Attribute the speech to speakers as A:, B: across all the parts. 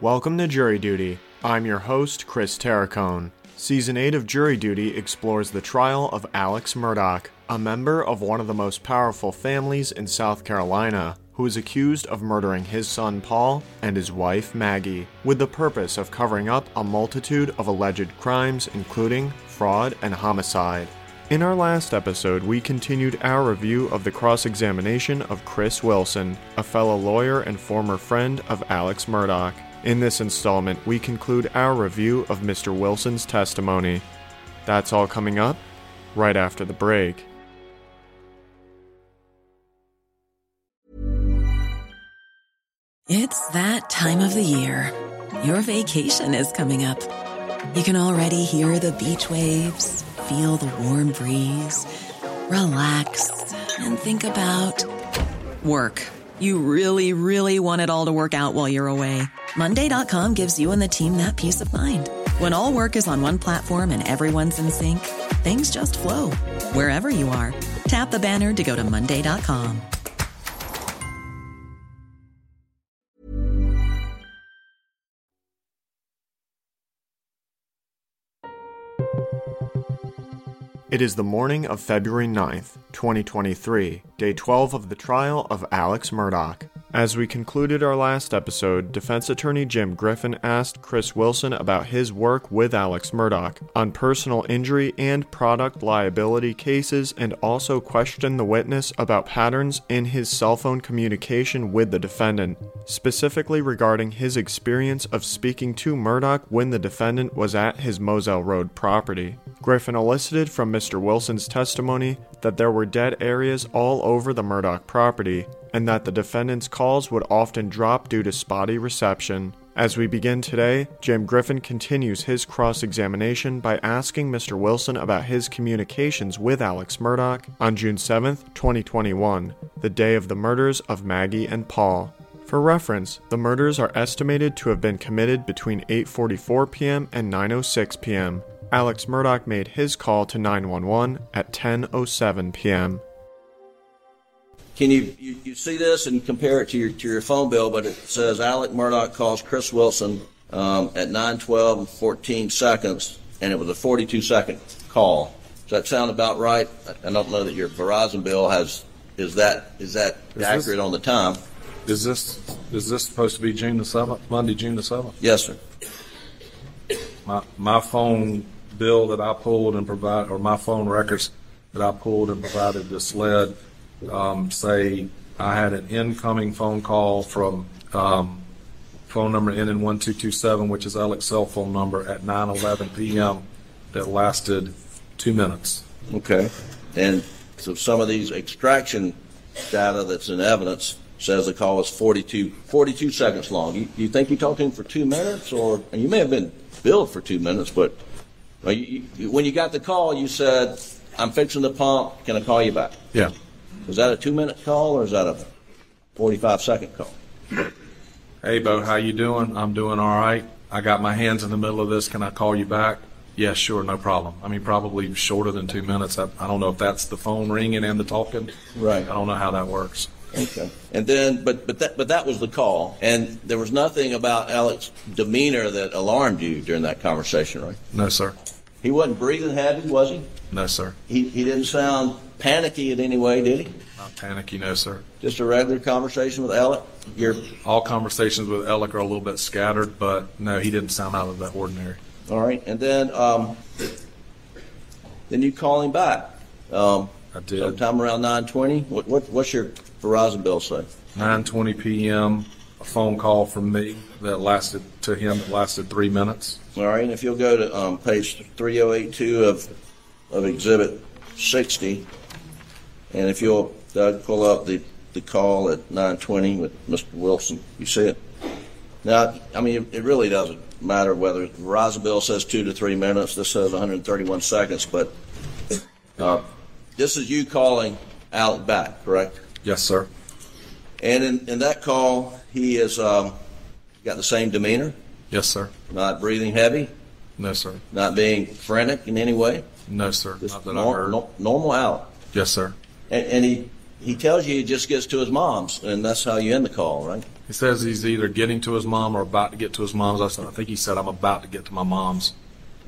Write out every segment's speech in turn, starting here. A: Welcome to Jury Duty. I'm your host, Chris Terracone. Season 8 of Jury Duty explores the trial of Alex Murdoch, a member of one of the most powerful families in South Carolina, who is accused of murdering his son Paul and his wife Maggie, with the purpose of covering up a multitude of alleged crimes, including fraud and homicide. In our last episode, we continued our review of the cross examination of Chris Wilson, a fellow lawyer and former friend of Alex Murdoch. In this installment, we conclude our review of Mr. Wilson's testimony. That's all coming up right after the break.
B: It's that time of the year. Your vacation is coming up. You can already hear the beach waves, feel the warm breeze, relax, and think about work. You really, really want it all to work out while you're away. Monday.com gives you and the team that peace of mind. When all work is on one platform and everyone's in sync, things just flow wherever you are. Tap the banner to go to Monday.com.
A: It is the morning of February 9th, 2023, day 12 of the trial of Alex Murdoch. As we concluded our last episode, defense attorney Jim Griffin asked Chris Wilson about his work with Alex Murdoch on personal injury and product liability cases and also questioned the witness about patterns in his cell phone communication with the defendant, specifically regarding his experience of speaking to Murdoch when the defendant was at his Moselle Road property. Griffin elicited from Mr. Wilson's testimony that there were dead areas all over the Murdoch property and that the defendant's calls would often drop due to spotty reception. As we begin today, Jim Griffin continues his cross examination by asking Mr. Wilson about his communications with Alex Murdoch on June 7, 2021, the day of the murders of Maggie and Paul. For reference, the murders are estimated to have been committed between 8:44 p.m. and 9:06 p.m. Alex Murdoch made his call to 911 at 10:07 p.m.
C: Can you, you, you see this and compare it to your, to your phone bill, but it says Alec Murdoch calls Chris Wilson um, at 9:12 and 14 seconds, and it was a 42 second call. Does that sound about right? I- I don't know that your Verizon bill has is that is that
D: this-
C: accurate on the time?
D: Is this, is this supposed to be June the seventh, Monday, June the seventh?
C: Yes, sir.
D: My, my phone bill that I pulled and provide, or my phone records that I pulled and provided to SLED, um, say I had an incoming phone call from, um, phone number ending one two two seven, which is Alex's cell phone number at nine eleven PM that lasted two minutes.
C: Okay. And so some of these extraction data that's in evidence says the call was 42, 42 seconds long. You, you think you talked to him for two minutes, or and you may have been billed for two minutes, but well, you, you, when you got the call, you said, "I'm fixing the pump. Can I call you back?"
D: Yeah.
C: Was that a two-minute call or is that a 45-second call?
D: Hey, Bo, how you doing? I'm doing all right. I got my hands in the middle of this. Can I call you back? Yeah, sure, no problem. I mean, probably shorter than two minutes. I, I don't know if that's the phone ringing and the talking.
C: Right.
D: I don't know how that works.
C: Okay. And then, but but that but that was the call, and there was nothing about Alex's demeanor that alarmed you during that conversation, right?
D: No, sir.
C: He wasn't breathing heavy, was he?
D: No, sir.
C: He, he didn't sound panicky in any way, did he?
D: Not panicky, no, sir.
C: Just a regular conversation with Alec. You're
D: All conversations with Alec are a little bit scattered, but no, he didn't sound out of the ordinary.
C: all right, and then um, then you call him back. Um,
D: I did.
C: Sometime around nine twenty. What, what what's your Verizon bill say?
D: 9:20 p.m. A phone call from me that lasted to him that lasted three minutes.
C: All right, and if you'll go to um, page three zero eight two of of Exhibit sixty, and if you'll Doug, pull up the the call at nine twenty with Mr. Wilson, you see it. Now, I mean, it really doesn't matter whether Verizon bill says two to three minutes. This says 131 seconds, but uh, this is you calling Alec back, correct?
D: Yes, sir.
C: And in, in that call, he is um, got the same demeanor,
D: Yes, sir.
C: not breathing heavy,
D: No, sir.
C: not being frantic in any way.
D: No, sir.
C: Just
D: Not that I
C: nor-
D: heard.
C: nor- normal Alec.
D: Yes, sir.
C: And, and he he tells you he just gets to his mom's, and that's how you end the call, right?
D: He says he's either getting to his mom or about to get to his mom's. I said, I think he said, I'm about to get to my mom's.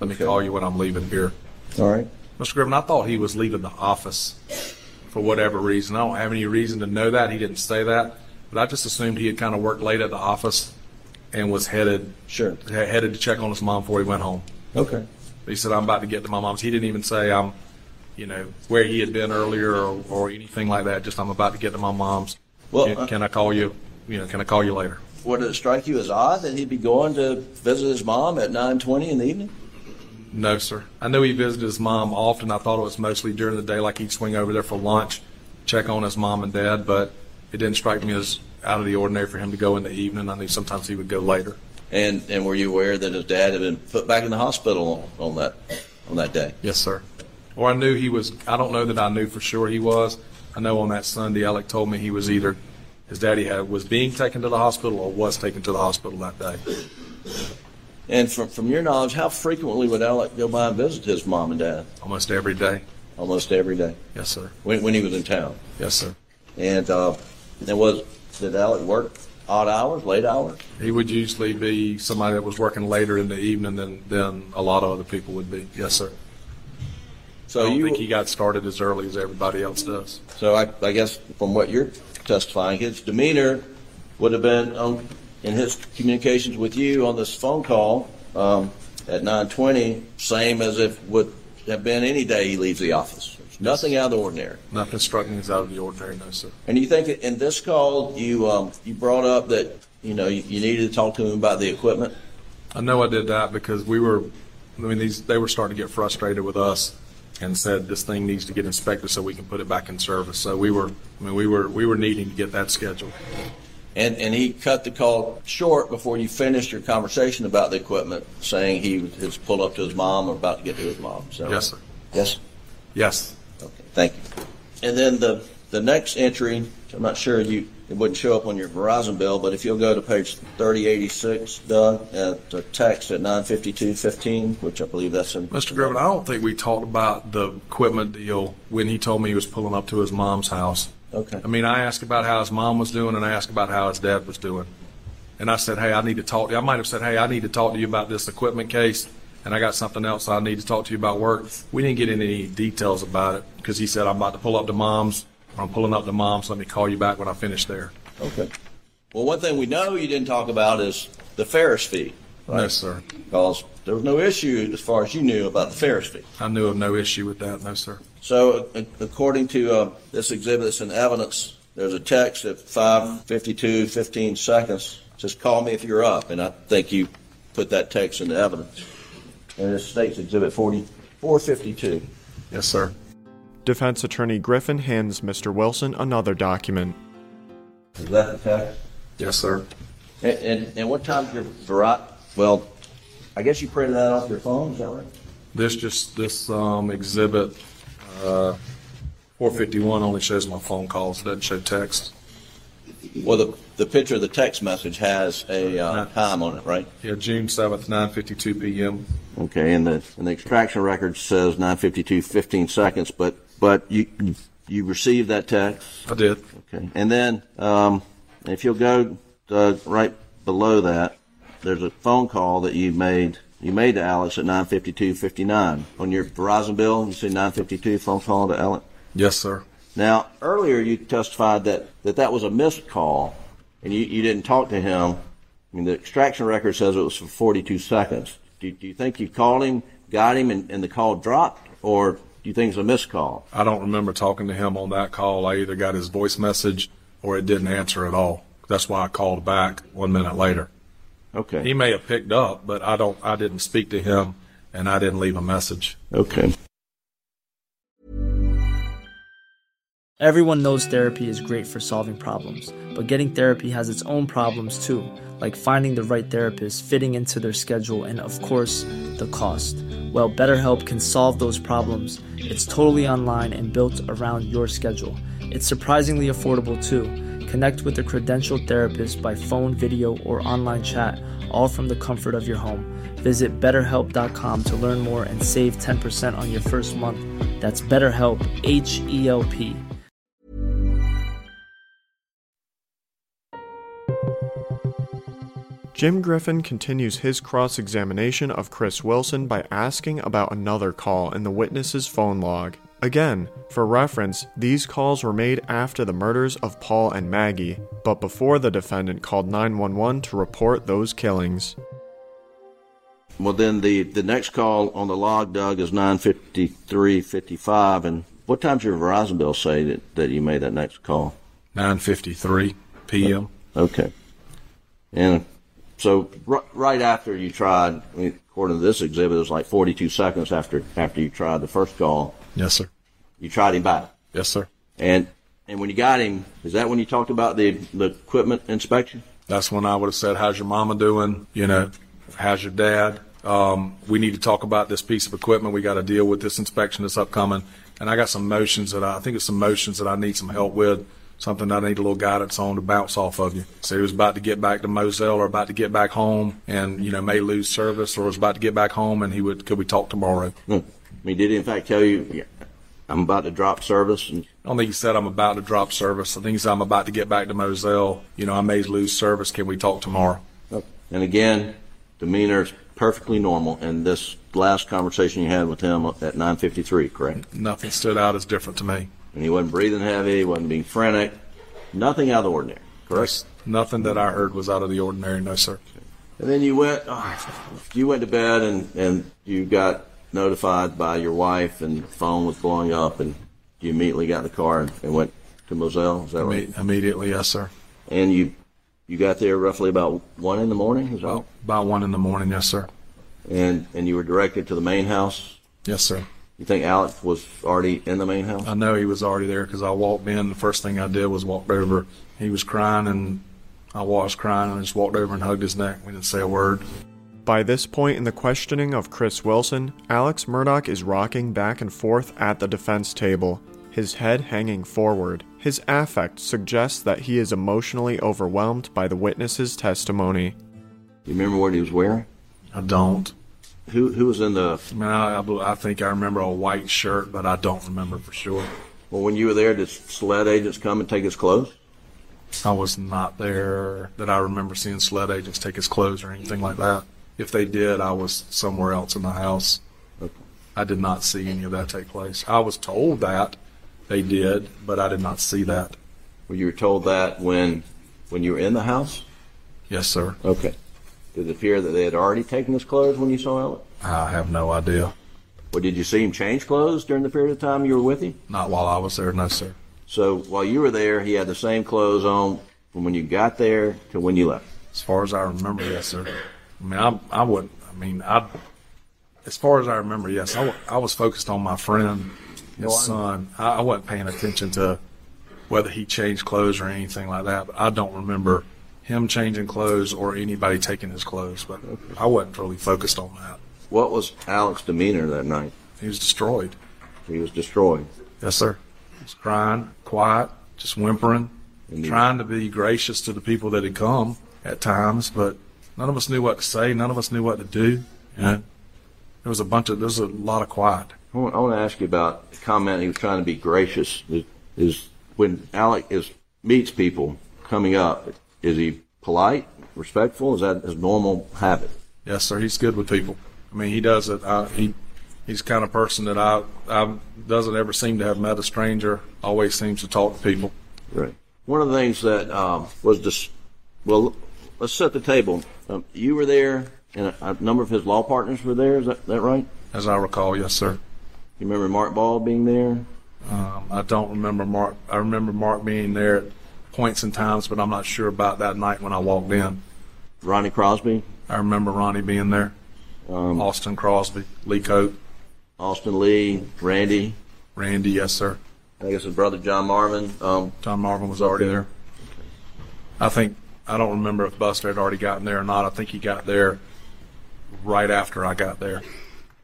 D: Let me
C: Okay.
D: call you when I'm leaving here.
C: All right.
D: Mr. Griffin, I thought he was leaving the office for whatever reason. I don't have any reason to know that. He didn't say that, but I just assumed he had kind of worked late at the office and was headed
C: Sure.
D: he- headed to check on his mom before he went home.
C: Okay.
D: He said, "I'm about to get to my mom's." He didn't even say I'm, you know, where he had been earlier or, or anything like that. Just I'm about to get to my mom's.
C: Well,
D: can,
C: uh,
D: can I call you? You know, can I call you later?
C: Would it strike you as odd that he'd be going to visit his mom at 9:20 in the evening?
D: No, sir. I knew he visited his mom often. I thought it was mostly during the day, like he'd swing over there for lunch, check on his mom and dad, but it didn't strike me as out of the ordinary for him to go in the evening. I knew sometimes he would go later.
C: And and were you aware that his dad had been put back in the hospital on, on that on that day?
D: Yes, sir. Or I knew he was, I don't know that I knew for sure he was. I know on that Sunday, Alec told me he was either, his daddy had, was being taken to the hospital or was taken to the hospital that day.
C: And from from your knowledge, how frequently would Alec go by and visit his mom and dad?
D: Almost every day.
C: Almost every day
D: Yes, sir.
C: when when he was in town.
D: Yes, sir.
C: And uh, there was did Alec work odd hours, late hours?
D: He would usually be somebody that was working later in the evening than, than a lot of other people would be. Yes, sir. I
C: So
D: don't
C: you
D: think he got started as early as everybody else does.
C: so I, I guess from what you're testifying, his demeanor would have been um, in his communications with you on this phone call um, at 9:20, same as if would have been any day he leaves the office. There's Nothing out of the ordinary.
D: Nothing struck me as out of the ordinary, no, sir.
C: And you think in this call you um, you brought up that you know you, you needed to talk to him about the equipment.
D: I know I did that because we were, I mean, these they were starting to get frustrated with us and said this thing needs to get inspected so we can put it back in service. So we were, I mean, we were we were needing to get that scheduled.
C: And, and he cut the call short before you finished your conversation about the equipment, saying he was- has pulled up to his mom or about to get to his mom. So,
D: Yes, sir.
C: Yes.
D: Yes,
C: Okay. Thank you. And then the the next entry, I'm not sure you it wouldn't show up on your Verizon bill, but if you'll go to page 3086, Doug, at the text at 95215, which I believe that's in.
D: Mr. Griffin, I don't think we talked about the equipment deal when he told me he was pulling up to his mom's house.
C: Okay.
D: I mean, I asked about how his mom was doing and I asked about how his dad was doing. And I said, hey, I need to talk. I might have said, hey, I need to talk to you about this equipment case and I got something else I need to talk to you about work. We didn't get into any details about it because he said, I'm about to pull up to mom's. I'm pulling up to mom's. Let me call you back when I finish there.
C: Okay. Well, one thing we know you didn't talk about is the Ferris fee,
D: No, sir.
C: because there was no issue as far as you knew about the Ferris fee.
D: I knew of no issue with that. No, sir.
C: So, a- according to uh, this exhibit that's in evidence, there's a text at 5:52, 15 seconds. Says, "Call me if you're up," and I think you put that text into evidence. And it states Exhibit 40, 452.
D: Yes, sir.
A: Defense Attorney Griffin hands Mr. Wilson another document.
C: Is that the text?
D: Yes, sir.
C: And, and, and what time's your Verizon? Well, I guess you printed that off your phone. Is that right?
D: This just, this, um, exhibit, uh, four fifty-one only shows my phone calls, doesn't show text.
C: Well, the the picture of the text message has a uh, time on it, right?
D: Yeah, June seventh, nine fifty-two PM.
C: Okay, and the, and the extraction record says nine fifty-two, fifteen seconds, but, but you, you received that text?
D: I did.
C: Okay, and then, um, if you'll go, uh, right below that, there's a phone call that you made, you made to Alex at nine fifty-two, fifty-nine. On your Verizon bill, you see nine fifty-two, phone call to Alex.
D: Yes, sir.
C: Now, earlier you testified that, that that was a missed call, and you, you didn't talk to him. I mean, the extraction record says it was for 42 seconds. Do, do you think you called him, got him, and, and the call dropped, or do you think it's a missed call?
D: I don't remember talking to him on that call. I either got his voice message or it didn't answer at all. That's why I called back one minute later. He
C: Okay.
D: may have picked up, but I don't, I didn't speak to him and I didn't leave a message.
C: Okay.
E: Everyone knows therapy is great for solving problems, but getting therapy has its own problems too, like finding the right therapist, fitting into their schedule, and of course, the cost. Well, BetterHelp can solve those problems. It's totally online and built around your schedule. It's surprisingly affordable too. Connect with a credentialed therapist by phone, video, or online chat, all from the comfort of your home. Visit betterhelp.com to learn more and save 10% on your first month. That's BetterHelp, H E L P.
A: Jim Griffin continues his cross examination of Chris Wilson by asking about another call in the witness's phone log. Again, for reference, these calls were made after the murders of Paul and Maggie, but before the defendant called 911 to report those killings.
C: Well, then the, the next call on the log, Doug, is 9:53:55. And what time did your Verizon bill say that, that you made that next call?
D: 9:53 p.m.
C: Okay. And so r- right after you tried, I mean, according to this exhibit, it was like 42 seconds after after you tried the first call.
D: Yes, sir.
C: You tried him back,
D: Yes, sir.
C: and and when you got him, is that when you talked about the the equipment inspection?
D: That's when I would have said, "How's your mama doing? You know, how's your dad? Um, we need to talk about this piece of equipment. We got to deal with this inspection that's upcoming." And I got some motions that I, I think it's some motions that I need some help with, something that I need a little guidance on to bounce off of you. So he was about to get back to Moselle or about to get back home, and you know may lose service or was about to get back home, and he would could we talk tomorrow?
C: Hmm. I mean, did he in fact tell you "Yeah, I'm about to drop service? And
D: I don't think he said I'm about to drop service. I think he said I'm about to get back to Moselle. You know, I may lose service. Can we talk tomorrow?
C: and again, demeanor is perfectly normal. And this last conversation you had with him at 9:53, correct?
D: Nothing stood out as different to me.
C: And he wasn't breathing heavy, he wasn't being frantic, nothing out of the ordinary, correct?
D: Nothing that I heard was out of the ordinary. No, sir.
C: And then you went, oh, you went to bed, and and you got notified by your wife, and the phone was blowing up, and you immediately got in the car and, and went to Moselle. Is that right?
D: Imme- immediately, yes, sir.
C: And you you got there roughly about one in the morning, is that right?
D: By one in the morning, yes, sir.
C: and and you were directed to the main house.
D: Yes, sir.
C: You think Alex was already in the main house?
D: I know he was already there because I walked in. The first thing I did was walked over. He was crying, and I was crying, and I just walked over and hugged his neck. We didn't say a word.
A: By this point in the questioning of Chris Wilson, Alex Murdoch is rocking back and forth at the defense table, his head hanging forward. His affect suggests that he is emotionally overwhelmed by the witness's testimony.
C: You remember what he was wearing?
D: I don't.
C: Who who was in the?
D: I mean, I, I, bel- I think I remember a white shirt, but I don't remember for sure.
C: Well, when you were there, did sled agents come and take his clothes?
D: I was not there that I remember seeing sled agents take his clothes or anything like that. If they did, I was somewhere else in the house. I did not see any of that take place. I was told that they did, but I did not see that.
C: Well, you were told that when when you were in the house.
D: Yes, sir.
C: Okay. Did it appear that they had already taken his clothes when you saw Alex?
D: I have no idea.
C: Or did you see him change clothes during the period of time you were with him?
D: Not while I was there, no, sir.
C: So while you were there, he had the same clothes on from when you got there to when you left.
D: As far as I remember, yes, sir. I mean, I, I would. I mean, I. As far as I remember, yes, I, wa- I was focused on my friend, his son. I, I wasn't paying attention to whether he changed clothes or anything like that. But I don't remember him changing clothes or anybody taking his clothes. But I wasn't really focused on that.
C: What was Alex's demeanor that night?
D: He was destroyed.
C: He was destroyed.
D: Yes, sir. He was crying, quiet, just whimpering, trying to be gracious to the people that had come at times, but none of us knew what to say. None of us knew what to do. You know? There was a bunch of, there was a lot of quiet.
C: I want, I want to ask you about a comment he was trying to be gracious. Is, is when Alec is meets people coming up, is he polite, respectful? Is that his normal habit?
D: Yes, sir. He's good with people. I mean, he does it. I, he, he's the kind of person that I, I doesn't ever seem to have met a stranger. Always seems to talk to people.
C: Right. One of the things that um, was just well, let's set the table. Um, you were there, and a, a number of his law partners were there. Is that, that right?
D: As I recall, yes, sir.
C: You remember Mark Ball being there?
D: Um, I don't remember Mark. I remember Mark being there at points and times, but I'm not sure about that night when I walked in.
C: Ronnie Crosby, um,
D: I remember Ronnie being there, Austin Crosby, Lee Cope,
C: Austin Lee, Randy.
D: Randy, yes, sir.
C: I guess his brother John Marvin. Um,
D: John Marvin was already there. I think I don't remember if Buster had already gotten there or not. I think he got there right after I got there.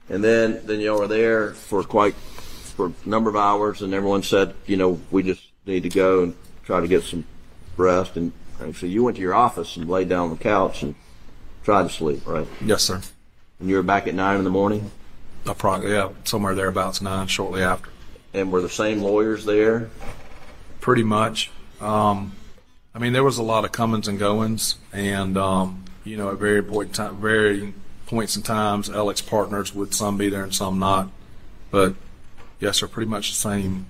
C: And then, then y'all were there for quite, for a number of hours, and everyone said, you know, we just need to go and try to get some rest. And, and so you went to your office and laid down on the couch and tried to sleep, right?
D: Yes, sir.
C: And you were back at nine in the morning,
D: Approximately, yeah, somewhere thereabouts nine shortly after.
C: and were the same lawyers there?
D: pretty much. Um, I mean, there was a lot of comings and goings, and um, you know, at very important time, very points in times, Alex partners with some be there and some not. But yes, sir, pretty much the same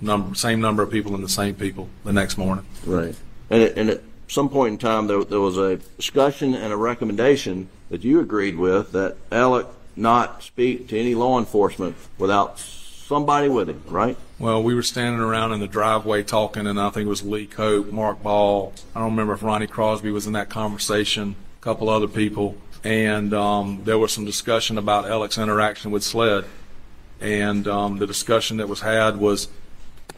D: number, same number of people and the same people the next morning.
C: Right. And, it, and at some point in time, there, there was a discussion and a recommendation that you agreed with that Alec not speak to any law enforcement without somebody with him, right?
D: Well, we were standing around in the driveway talking, and I think it was Lee Cope, Mark Ball. I don't remember if Ronnie Crosby was in that conversation, a couple other people. And um, there was some discussion about Alec's interaction with Sled. And um, the discussion that was had was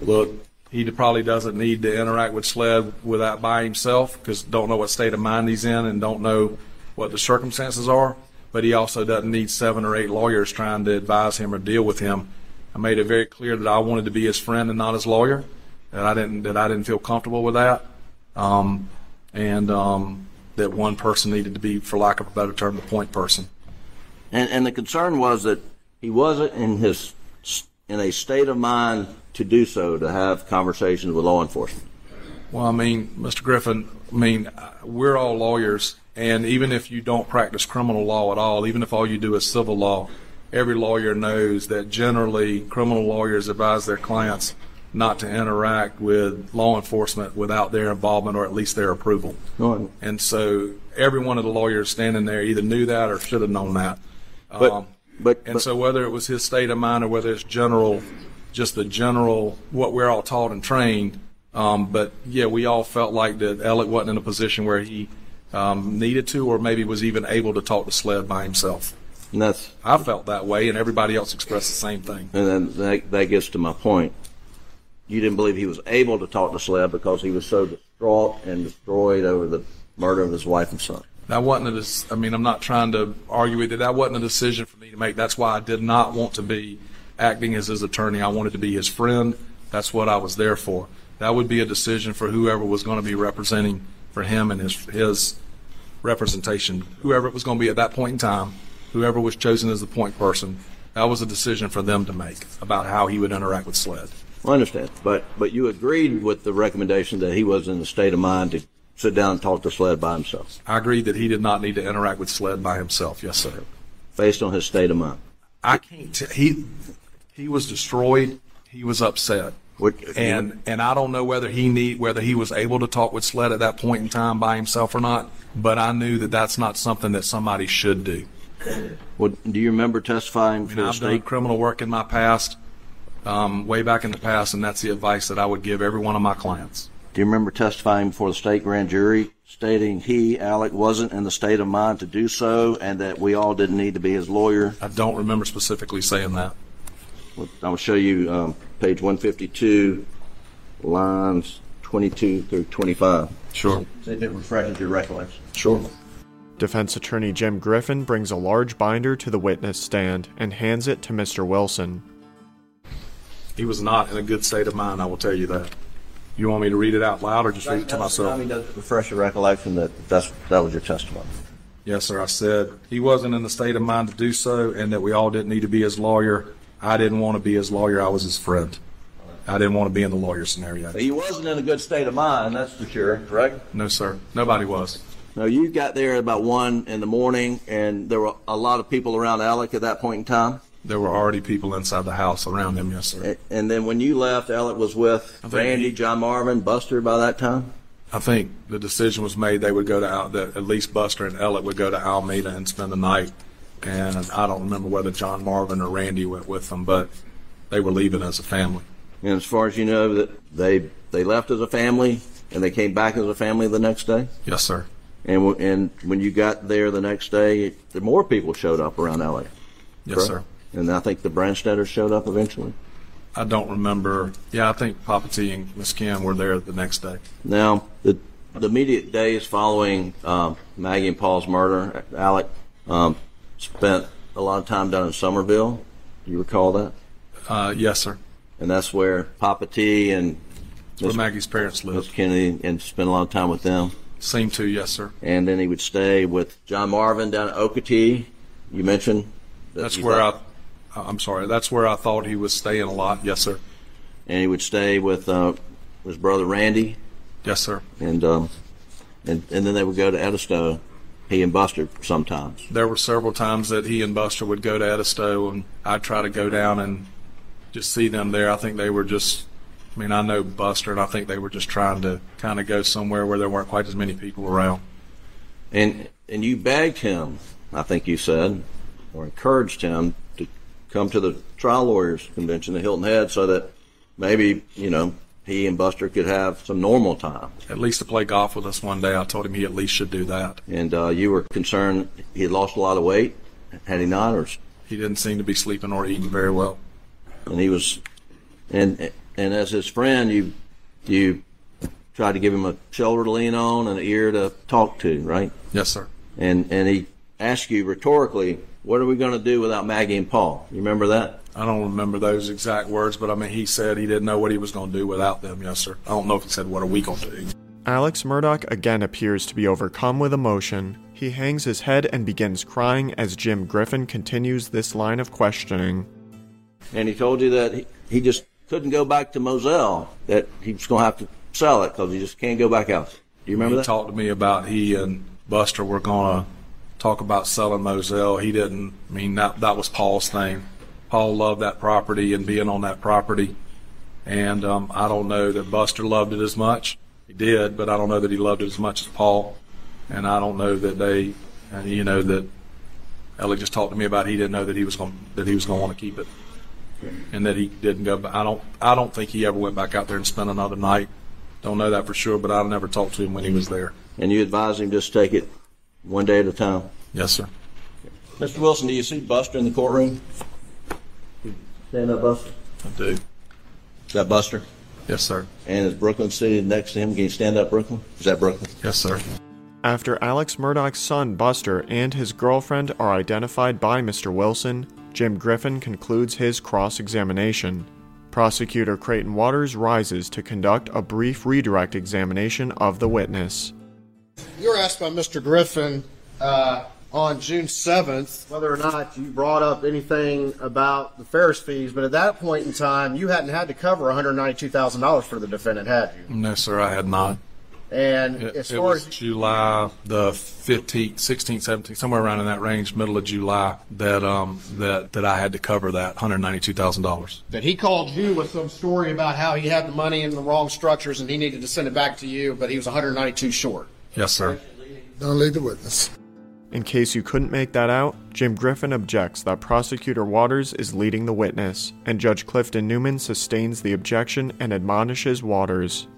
D: look, he probably doesn't need to interact with Sled without by himself because don't know what state of mind he's in and don't know what the circumstances are. But he also doesn't need seven or eight lawyers trying to advise him or deal with him. I made it very clear that I wanted to be his friend and not his lawyer. That I didn't that I didn't feel comfortable with that, um, and um, that one person needed to be, for lack of a better term, the point person.
C: And, and the concern was that he wasn't in his in a state of mind to do so, to have conversations with law enforcement.
D: Well, I mean, Mr. Griffin, I mean, uh, we're all lawyers, and even if you don't practice criminal law at all, even if all you do is civil law, every lawyer knows that generally criminal lawyers advise their clients not to interact with law enforcement without their involvement or at least their approval.
C: Right.
D: And so every one of the lawyers standing there either knew that or should have known that.
C: But- but-
D: Um, and
C: but-
D: so whether it was his state of mind or whether it's general, just the general what we're all taught and trained. Um, but yeah, we all felt like that Alec wasn't in a position where he um, needed to, or maybe was even able to talk to Sled by himself.
C: And that's
D: I felt that way, and everybody else expressed the same thing.
C: and then that, that gets to my point. You didn't believe he was able to talk to Slab because he was so distraught and destroyed over the murder of his wife and son.
D: That wasn't a dec- I mean, I'm not trying to argue with you. That wasn't a decision for me to make. That's why I did not want to be acting as his attorney. I wanted to be his friend. That's what I was there for. That would be a decision for whoever was going to be representing for him and his his representation. Whoever it was going to be at that point in time, whoever was chosen as the point person, that was a decision for them to make about how he would interact with E Sled.
C: I understand, but but you agreed with the recommendation that he was in a state of mind to sit down and talk to Sled by himself,
D: I agreed that he did not need to interact with Sled by himself. Yes, sir.
C: based on his state of mind.
D: I can't. T- he he was destroyed. He was upset.
C: What-
D: and and I don't know whether he need whether he was able to talk with Sled at that point in time by himself or not. But I knew that that's not something that somebody should do.
C: What, do you remember testifying
D: I
C: for
D: mean,
C: the
D: I've done
C: state?
D: criminal work in my past, um, way back in the past, and that's the advice that I would give every one of my clients.
C: Do you remember testifying before the state grand jury, stating he Alec wasn't in the state of mind to do so, and that we all didn't need to be his lawyer?
D: I don't remember specifically saying that.
C: I'll show you um, page 152, lines 22 through 25.
D: Sure.
C: See if it refreshes your recollection.
D: Sure.
A: Defense attorney Jim Griffin brings a large binder to the witness stand and hands it to Mr. Wilson.
D: He was not in a good state of mind. I will tell you that. You want me to read it out loud or just read it to myself?
C: refresh your recollection that that's, that was your testimony.
D: Yes, sir. I said he wasn't in the state of mind to do so, and that we all didn't need to be his lawyer. I didn't want to be his lawyer. I was his friend. I didn't want to be in the lawyer scenario.
C: He wasn't in a good state of mind, that's for sure, correct?
D: No, sir. Nobody was.
C: No, you got there at about 1 in the morning, and there were a lot of people around Alec at that point in time.
D: There were already people inside the house around him. Yes, sir.
C: A- And then when you left, Alec was with
D: think
C: Randy,
D: he-
C: John Marvin, Buster by that time?
D: I think the decision was made they would go to Al, that at least Buster and Ellett would go to Alameda and spend the night. And I don't remember whether John Marvin or Randy went with them, but they were leaving as a family.
C: And as far as you know, that they they left as a family and they came back as a family the next day.
D: Yes, sir.
C: And w- and when you got there the next day, the more people showed up around LA.
D: Yes,
C: correct?
D: sir.
C: And I think the Branstaders showed up eventually.
D: I don't remember. Yeah, I think Papa T and Miss Kim were there the next day.
C: Now the the immediate days following um, Maggie and Paul's murder, Alec um, spent a lot of time down in Somerville. Do you recall that?
D: Uh, yes, sir.
C: And that's where Papa T and
D: Where Maggie's parents
C: Miss
D: lived.
C: Kennedy and spent a lot of time with them.
D: Seemed to, yes, sir.
C: and then he would stay with John Marvin down at Okatee. You mentioned that
D: That's
C: you
D: where I,
C: thought-
D: I'm sorry, that's where I thought he was staying a lot. Yes, sir.
C: and he would stay with uh, his brother Randy,
D: Yes, sir.
C: and um, and and then they would go to Edisto he and Buster sometimes.
D: There were several times that he and Buster would go to Edisto, and I'd try to go down and just see them there. I think they were just, I mean, I know Buster, and I think they were just trying to kind of go somewhere where there weren't quite as many people around.
C: And and you begged him, I think you said, or encouraged him to come to the trial lawyers convention in Hilton Head so that maybe, you know, he and Buster could have some normal time.
D: At least to play golf with us one day, I told him he at least should do that.
C: And uh, you were concerned he had lost a lot of weight, had he not, or
D: He didn't seem to be sleeping or eating very well.
C: and he was, and and as his friend, you you tried to give him a shoulder to lean on and an ear to talk to, right?
D: Yes, sir.
C: And and he asked you rhetorically, "What are we going to do without Maggie and Paul?" You remember that?
D: I don't remember those exact words, but I mean, he said he didn't know what he was going to do without them. Yes, sir. I don't know if he said, What are we going to do?
A: Alex Murdoch again appears to be overcome with emotion. He hangs his head and begins crying as Jim Griffin continues this line of questioning.
C: And he told you that he, he just couldn't go back to Moselle, that he was going to have to sell it because he just can't go back out. Do you remember
D: he
C: that?
D: talked to me about he and Buster were going to talk about selling Moselle. He didn't. I mean, that that was Paul's thing. Paul loved that property and being on that property, and um, I don't know that Buster loved it as much. He did, but I don't know that he loved it as much as Paul, and I don't know that they, and you know that Ellie just talked to me about he didn't know that he was going that he was going to want to keep it. And that he didn't go. But I don't. I don't think he ever went back out there and spent another night. Don't know that for sure, but I never talked to him when he was there.
C: and you advised him just take it one day at a time.
D: Yes, sir.
C: Mr. Wilson, do you see Buster in the courtroom? Stand up, Buster.
D: I do.
C: Is that Buster?
D: Yes, sir.
C: And is Brooklyn seated next to him? Can you stand up, Brooklyn? Is that Brooklyn?
D: Yes, sir.
A: After Alex Murdoch's son Buster and his girlfriend are identified by Mr. Wilson, Jim Griffin concludes his cross examination. Prosecutor Creighton Waters rises to conduct a brief redirect examination of the witness.
F: You were asked by Mr. Griffin uh, on June 7th whether or not you brought up anything about the Ferris fees, but at that point in time, you hadn't had to cover $192,000 for the defendant, had you?
D: No, sir. I had not.
F: And
D: It,
F: as
D: it
F: far
D: was
F: as
D: July the fifteenth, sixteenth, seventeenth, somewhere around in that range, middle of July. That um that that I had to cover that hundred ninety-two thousand dollars.
F: that he called you with some story about how he had the money in the wrong structures and he needed to send it back to you, but he was 192 short.
D: Yes, sir.
G: Don't lead the witness.
A: In case you couldn't make that out, Jim Griffin objects that Prosecutor Waters is leading the witness, and Judge Clifton Newman sustains the objection and admonishes Waters.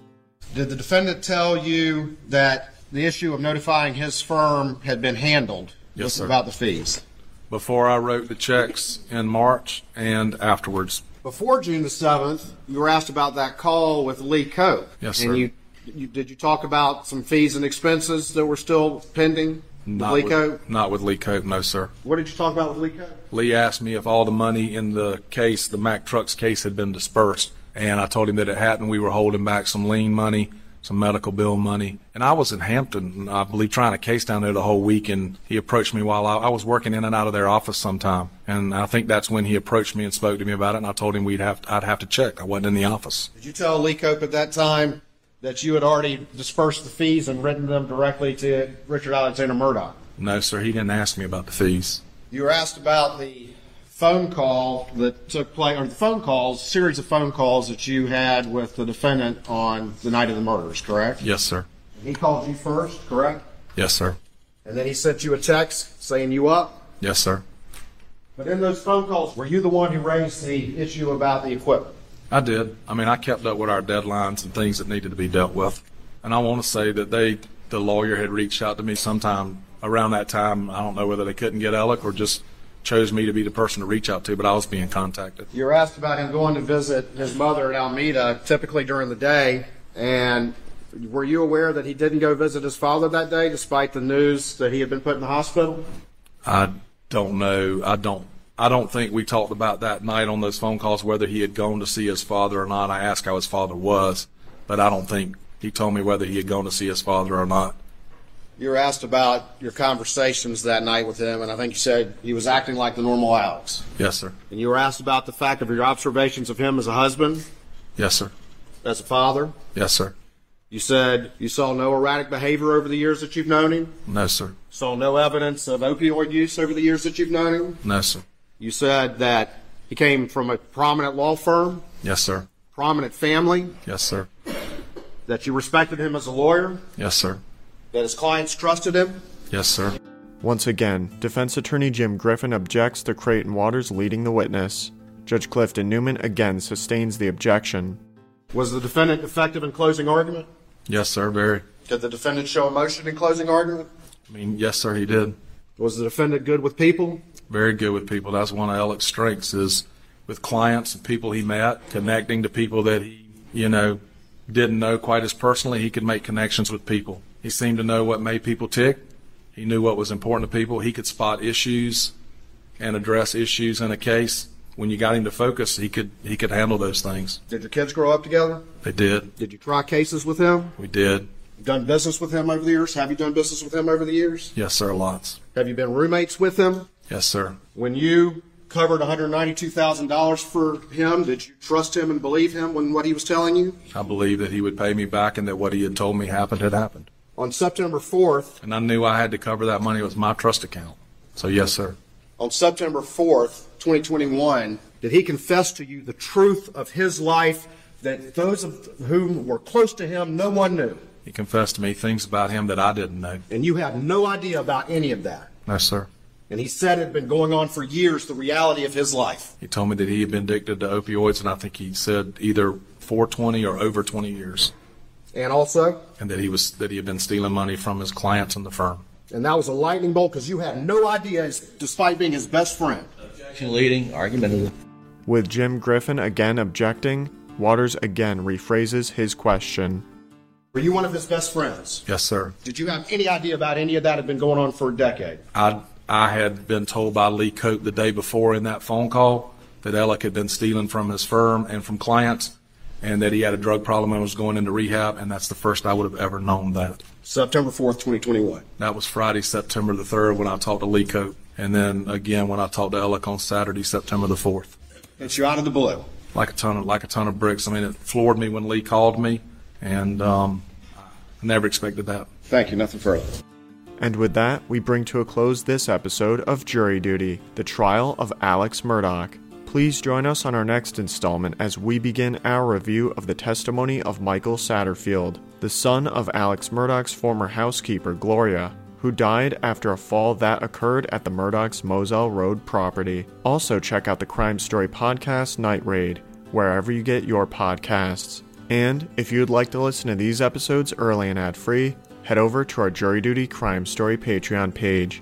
F: Did the defendant tell you that the issue of notifying his firm had been handled
D: Yes, sir.
F: about the fees?
D: Before I wrote the checks in March and afterwards.
F: Before June the seventh, you were asked about that call with Lee Cope.
D: Yes,
F: and
D: sir.
F: You, you, did you talk about some fees and expenses that were still pending with
D: Not
F: Lee
D: with,
F: Cope?
D: Not with Lee Cope, no, sir.
F: What did you talk about with Lee Cope?
D: Lee asked me if all the money in the case, the Mack Trucks case, had been dispersed, and I told him that it hadn't. We were holding back some lien money, some medical bill money, and I was in Hampton, I believe, trying a case down there the whole week. And he approached me while I, I was working in and out of their office sometime, and I think that's when he approached me and spoke to me about it. And I told him we'd have, I'd have to check. I wasn't in the office.
F: Did you tell Lee Cope at that time that you had already dispersed the fees and written them directly to Richard Alexander Murdoch?
D: No, sir, he didn't ask me about the fees.
F: You were asked about the phone call that took place, or the phone calls, series of phone calls that you had with the defendant on the night of the murders, correct?
D: Yes, sir.
F: He called you first, correct?
D: Yes, sir.
F: And then he sent you a text saying you up.
D: Yes, sir.
F: But in those phone calls, were you the one who raised the issue about the equipment?
D: I did. I mean, I kept up with our deadlines and things that needed to be dealt with. And I want to say that they, the lawyer had reached out to me sometime around that time. I don't know whether they couldn't get Alec or just chose me to be the person to reach out to, but I was being contacted.
F: You were asked about him going to visit his mother at Alameda, typically during the day, and were you aware that he didn't go visit his father that day, despite the news that he had been put in the hospital?
D: I don't know. I don't. I don't think we talked about that night on those phone calls whether he had gone to see his father or not. I asked how his father was, but I don't think he told me whether he had gone to see his father or not.
F: You were asked about your conversations that night with him, and I think you said he was acting like the normal Alex.
D: Yes, sir.
F: And you were asked about the fact of your observations of him as a husband,
D: Yes, sir.
F: as a father,
D: Yes, sir.
F: You said you saw no erratic behavior over the years that you've known him.
D: No, sir.
F: Saw no evidence of opioid use over the years that you've known him.
D: No, sir.
F: You said that he came from a prominent law firm,
D: Yes, sir.
F: prominent family,
D: Yes, sir.
F: that you respected him as a lawyer,
D: Yes, sir.
F: that his clients trusted him.
D: Yes, sir.
A: Once again, defense attorney Jim Griffin objects to Creighton Waters leading the witness. Judge Clifton Newman again sustains the objection.
F: Was the defendant effective in closing argument?
D: Yes, sir. Very.
F: Did the defendant show emotion in closing argument?
D: I mean, yes, sir. He did.
F: Was the defendant good with people?
D: Very good with people. That's one of Alex's strengths is with clients and people he met, connecting to people that he, you know, didn't know quite as personally. He could make connections with people. He seemed to know what made people tick. He knew what was important to people. He could spot issues and address issues in a case. When you got him to focus, he could he could handle those things.
F: Did your kids grow up together?
D: They did.
F: Did you try cases with him?
D: We did.
F: Done business with him over the years? Have you done business with him over the years?
D: Yes, sir. Lots.
F: Have you been roommates with him?
D: Yes, sir.
F: When you covered $192,000 for him, did you trust him and believe him when what he was telling you?
D: I believed that he would pay me back and that what he had told me happened had happened.
F: On September 4th,
D: And I knew I had to cover that money with my trust account. So, yes, sir.
F: on September 4th, 2021, did he confess to you the truth of his life that those of whom were close to him, no one knew?
D: He confessed to me things about him that I didn't know.
F: And you had no idea about any of that.
D: No, sir.
F: And he said it had been going on for years, the reality of his life.
D: He told me that he had been addicted to opioids, and I think he said either 420 or over 20 years,
F: And also,
D: and that he was that he had been stealing money from his clients and the firm.
F: and that was a lightning bolt because you had no idea, as- despite being his best friend.
C: Objection leading, argumentative.
A: With Jim Griffin again objecting, Waters again rephrases his question.
F: Were you one of his best friends?
D: Yes, sir.
F: Did you have any idea about any of that had been going on for a decade?
D: I I had been told by Lee Cope the day before in that phone call that Alec had been stealing from his firm and from clients, and that he had a drug problem and was going into rehab, and that's the first I would have ever known that.
F: September 4th, 2021.
D: That was Friday, September the 3rd, when I talked to Lee Cope, and then again when I talked to Alec on Saturday, September the 4th.
F: It's you out of the blue.
D: like a ton of like a ton of bricks. I mean, it floored me when Lee called me, and um, I never expected that.
F: Thank you. Nothing further.
A: And with that, we bring to a close this episode of Jury Duty The Trial of Alex Murdoch. Please join us on our next installment as we begin our review of the testimony of Michael Satterfield, the son of Alex Murdoch's former housekeeper, Gloria, who died after a fall that occurred at the Murdoch's Moselle Road property. Also, check out the Crime Story podcast, Night Raid, wherever you get your podcasts. And if you'd like to listen to these episodes early and ad free, head over to our Jury Duty Crime Story Patreon page.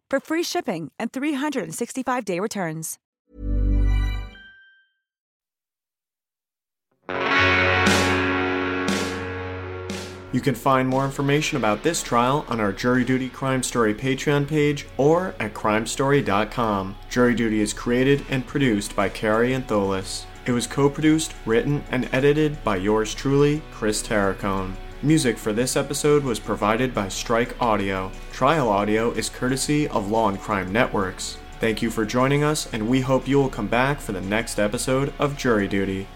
H: for free shipping and 365-day returns.
A: You can find more information about this trial on our Jury Duty Crime Story Patreon page or at crimestory.com. Jury Duty is created and produced by Carrie Antholis. It was co produced, written, and edited by yours truly, Chris Terracone. Music for this episode was provided by Strike Audio. Trial audio is courtesy of Law and Crime Networks. Thank you for joining us, and we hope you will come back for the next episode of Jury Duty.